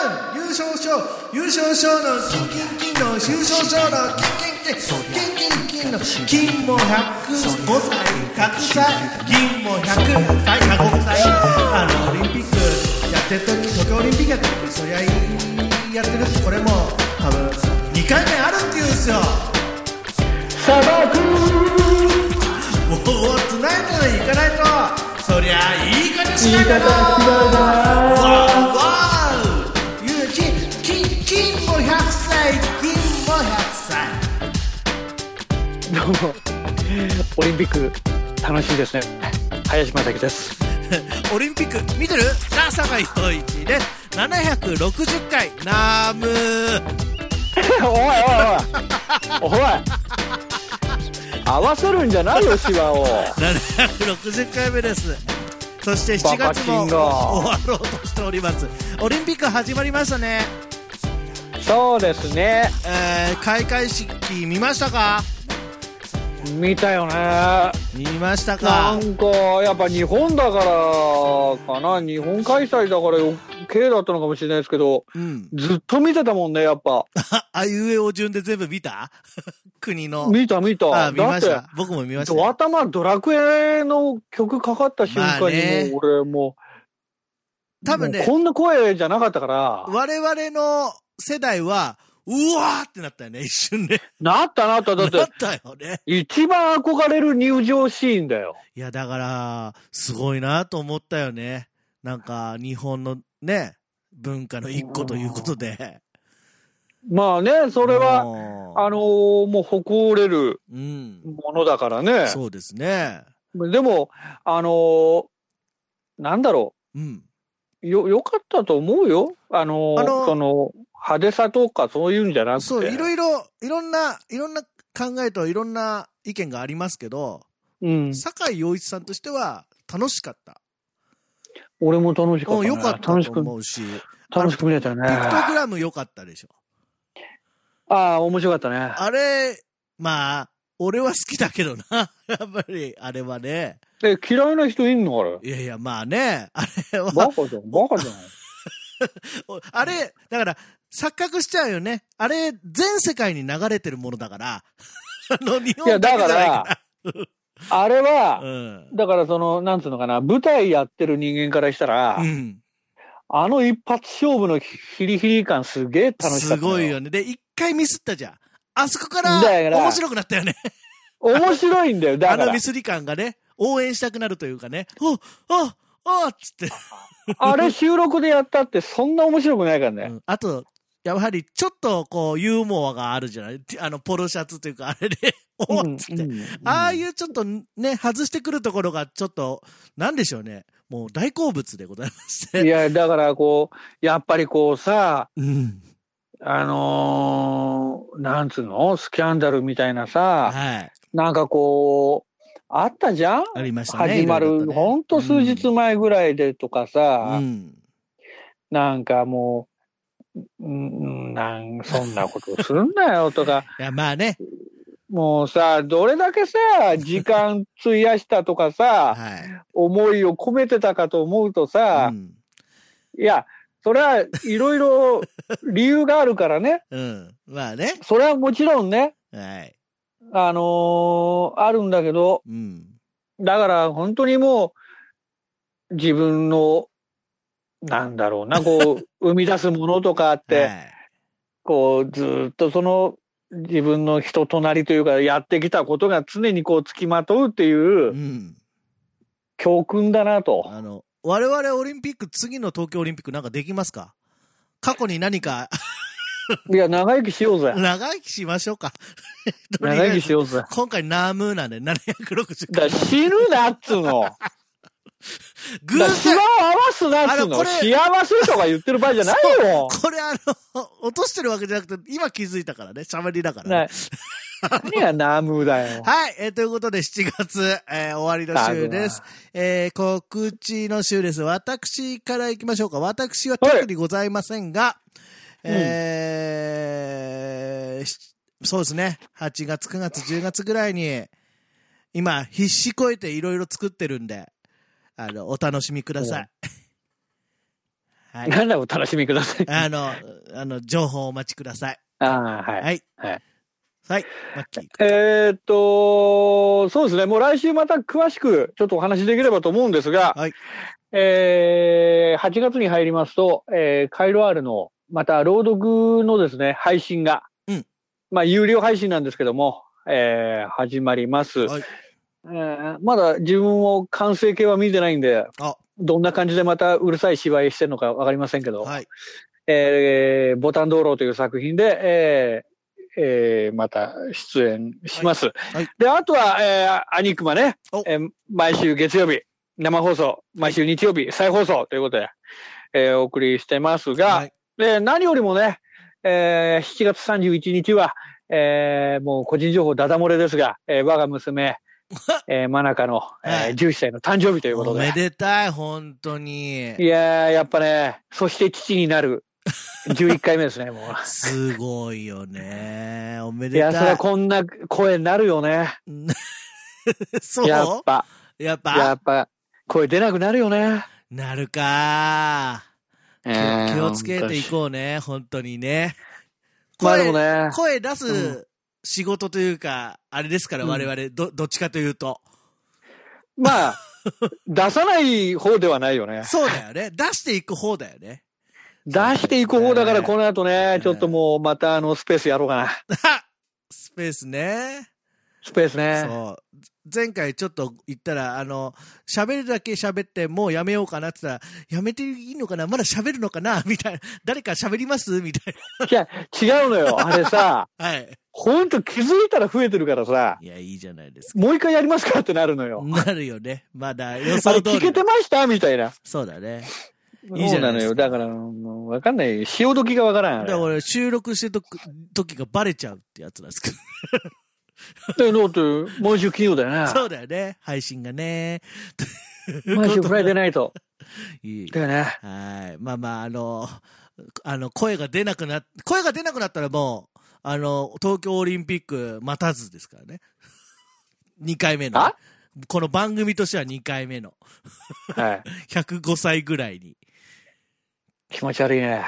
勝賞優勝賞の金金金の優勝賞の金金金金金金の金も105歳100歳銀も100歳105歳あのオリンピックやってる時東京オリンピックやってる時そりゃいいやってるこれも多分2回目あるっていうんですよ砂漠もうつないとね行かないとそりゃ言い方し言いない方違うわーわなーゆうき金金も100歳銀も100歳どうもオリンピック楽しいですね林正樹です オリンピック見てるなさが陽一です760回ナム おいおいおいおい合わせるんじゃないよシワを760回目ですそして7バカ月キもン終がわろうとしておりますオリンピック始まりましたね、そうですねえー開会式見ましたか見たよねな見ましたかんかやっぱ日本だからかな日本開催だから余計だったのかもしれないですけどうんずっと見てたもんねやっぱ ああいうえお順で全部見た 国の見た見たあ見ましだた僕も見まっしたてよド頭ドラクエの曲かかった瞬間にまあもうね俺もう多分ねもうこんな声じゃなかったから我々の世代は、うわーってなったよね、 一瞬で。なったなっただなっってたよね。一番憧れる入場シーンだよ。いや、だから、すごいなと思ったよね。なんか、日本のね、文化の一個ということで。まあね、それは、もうあの、ーもう誇れるうん。ものだからね。そうですね。でも、あのーなんだろうん。う、よ、良かったと思うよ。あのーあのーその、派手さとかそういうんじゃなくて。そう、いろいろ、いろんな、いろんな考えといろんな意見がありますけど、うん。酒井陽一さんとしては、楽しかった。俺も楽しかった、もうね。良かったと楽しく、思うし、楽しく見れたね。ピクトグラム良かったでしょ。ああ、面白かったね。あれ、まあ、俺は好きだけどな。 やっぱり、あれはね。え、嫌いな人いんの あれ。いやいや、まあね。あれバは、カじゃん、バカじゃない。あれ、だから、錯覚しちゃうよね。あれ、全世界に流れてるものだから。 あの、日いや、本だだけじか、ゃないからあれら。うは、ん。だからその、なんつうのかな、舞台やってる人間からしたらう、ん。あの一発勝負のヒリヒリ感すげえ楽しかった。すごい。よね。で、一回ミスったじゃん。あそこから、だから面白くなったよね。面白いんだよ、だあかのらミ。スり感がね、応援したくなるというかね。おおおっつって。あれ収録でやったってそんな面白くないからうね。。んあと、やはりちょっとこうユーモアがあるじゃないてあのポロシャツというかあれで、 おっつって。ああいううちょっとね、外してくるところがちょっと、なんでしょうね。もう大好物でございましいて。や、だからこう、やっぱりこうさ、うん。あのーなんつうのスキャンダルみたいなさ、はい。なんかこう、あったじゃんありましたね。始まいろいろとる、ねほんと数日前ぐらいでとかうん。さ、うんなんかもう、うん、なんそんなことすんなよとか、いや、まあね。もうさ、どれだけさ、時間費やしたとか さ、は思いを込めてたかと思うとい。うさ、ん。いや、それはいろいろ理由があるからね、うん。まあね。それはもちろんね、はい。あのーあるんだけど、うん。だから本当にもう、自分の、なんだろうな、こう、生み出すものとかあって、はい。こう、ずーっとその、自分の人となりというか、やってきたことが常にこう、つきまとうっていううん教訓だなと。あの、我々オリンピック、次の東京オリンピックなんかできますか過去に何 かいや、長生きしようぜ。長生きしましょうか。 とりあ長えず生きしようぜ。今回ナームーなんで760だから死ぬなっつうの。偶だからシワ然を合わすなっつうあのこの。れ幸せとか言ってる場合じゃないよ。これあの、 落としてるわけじゃなくて、今気づいたからね、喋りだから、ね。な何がナムだよ。はい、えーということで7月、えー終わりの週です。えー告知の週です。私から行きましょうか。私は特にございませんが、えーしそうですね、8月、9月、10月ぐらいに、今、必死こえていろいろ作ってるんで、あの、お楽しみください。はい。ならお楽しみください。あの、あの、情報をお待ちください。ああ、はい。はい。はい。はい。マッキー。えーっと、そうですね、もう来週また詳しくちょっとお話しできればと思うんですが、はいえー8月に入りますと、えーカイロアールの、また朗読のですね、配信が、うんまあ、有料配信なんですけども、えー始まります、はいえーまだ自分も完成形は見てないんであ、どんな感じでまたうるさい芝居してるのかわかりませんけど、はい。えー、ボタン道路という作品で、えーえーまた出演します。いはいで、あとは、えー、アニクマねお、えー毎週月曜日、生放送、毎週日曜日、再放送ということで、えーお送りしてますが、はい。で何よりもね、えー7月31日は、えーもう個人情報ダダ漏れですが、えー我 が娘、えー、真中の、はえーい11歳の誕生日というこおとで。めでたい、本当にい。やー、やっぱね、そして父になる11回目ですね、もう。すごいよね。おめいでや、そりたゃい。こんな声になるよね。そうやっぱ、やっやぱ、っぱ、声出なくなるよね。なるか。気気をつけていこうね、本当にね。まあでもね、声出うす仕事というか、あれですから、うん我々、ど、どっちかというと。まあ、出さない方ではないよね。そうだよね。出していく方だよね。出していく方だから、ねこの後ねね、ちょっともうまたあの、スペースやろうかな。スペースね。スペースね。そう。前回ちょっと言ったら、あの、喋るだけ喋って、もうやめようかなって言ったら、やめていいのかなまだ喋るのかなみたいな。誰か喋りますみたいいや、違うのよ。あれさ、 な。はい。ほんと気づいたら増えてるからさ、いや、いいじゃないですか。もう一回やりますかってなるのよ。なるよね。まだ予あれ想通聞けりて。ましたみたいな。そうだね。いいじそうゃなないのですよ。かだから、もうわかんない。潮時がわからん。あだれから俺収録してるとく時がバレちゃうってやつなんですけど。で、ノート、毎週金曜だよな。そうだよね。配信がね。毎週フライデーナイト。いいだよ ね。はい。まあまあ、あの、あの、声が出なくなっ、声が出なくなったらもう、あの、東京オリンピック待たずですからね。2回目のねあ。この番組としては2回目の。は105歳ぐらいに。 い。気持ち悪いね。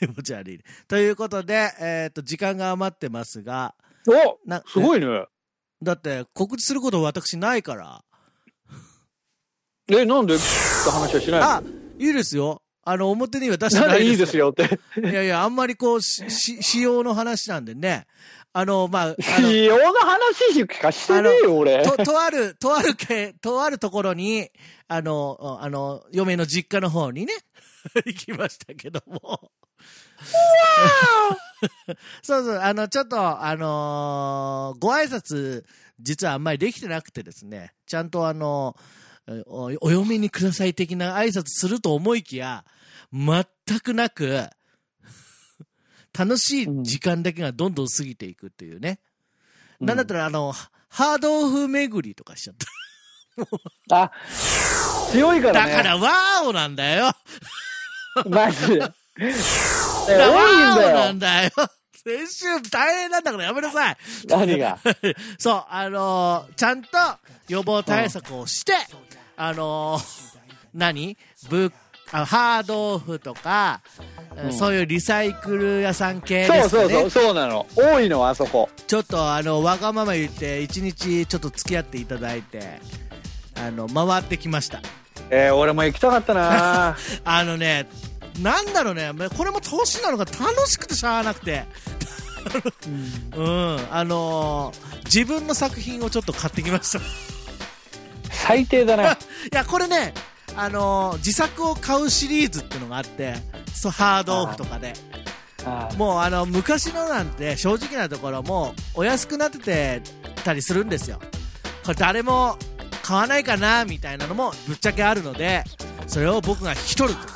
気持ち悪いね。ということで、えっ、と、時間が余ってますが、おなすごいね。だって告知すること私ないから。え、なんでって話はしないあ、いいですよ。あの、表には出しのてななんいでいいでですすよって。いやいや、あんまりこう、し、し、 仕様の話なんでね。あの、まあ、あの、異様な話しかしてねえよ、俺。と、とある、とあるけ、とあるところに、あの、あの、嫁の実家の方にね、 行きましたけども。 そうそう、あの、ちょっと、あのーご挨拶、実はあんまりできてなくてですね、ちゃんとあの、えおお嫁にください的な挨拶すると思いきや、全くなく、楽しい時間だけがどんどん過ぎていくっていうね。うんなんだったら、あの、ハードオフ巡りとかしちゃった。あ、強いからだね。から、ワーオなんだよ。マジで。えだから多いワーんオだなよん。だよ。先週大変なんだからやめなさい。何が。 そう、あのーちゃんと予防対策をして、あのー何ブあハードオフとか、んそういうリサイクル屋さん系ですかそね。うそうそう、そうなの。多いの、あそこ。ちょっとあのわがまま言って一日ちょっと付き合っていただいてあの回ってきましたえー、俺も行きたかったなあのねなんだろうねまこれも年なのか楽しくてしゃあなくてうんあのー自分の作品をちょっと買ってきました い最低だな。やこれねあのー自作を買うシリーズってのがあってそうハードオフとかであもうあの昔のなんて正直なところもうお安くなっててたりするんですよこれ誰も買わないかなみたいなのもぶっちゃけあるのでそれを僕が引き取ると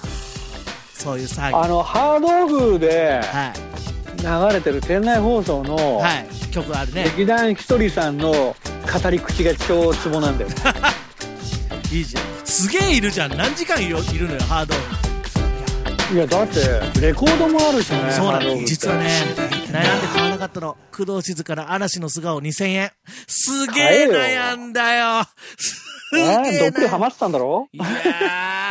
そういう作業あはの、ハードオフでい、流れてる店内放送の、はい、曲あるね劇団ひとりさんの語り口が超ツボなんだよね。いいじゃんすげえいるじゃん何時間いるいるのよハードいや、だって、レコードもあるしね。そうなハードのオフって実はね悩んで買わなかったの工藤静香の嵐の素顔2000円すげえ買えよ悩んだよすげえーえどっぷり悩んハマってたんだろいや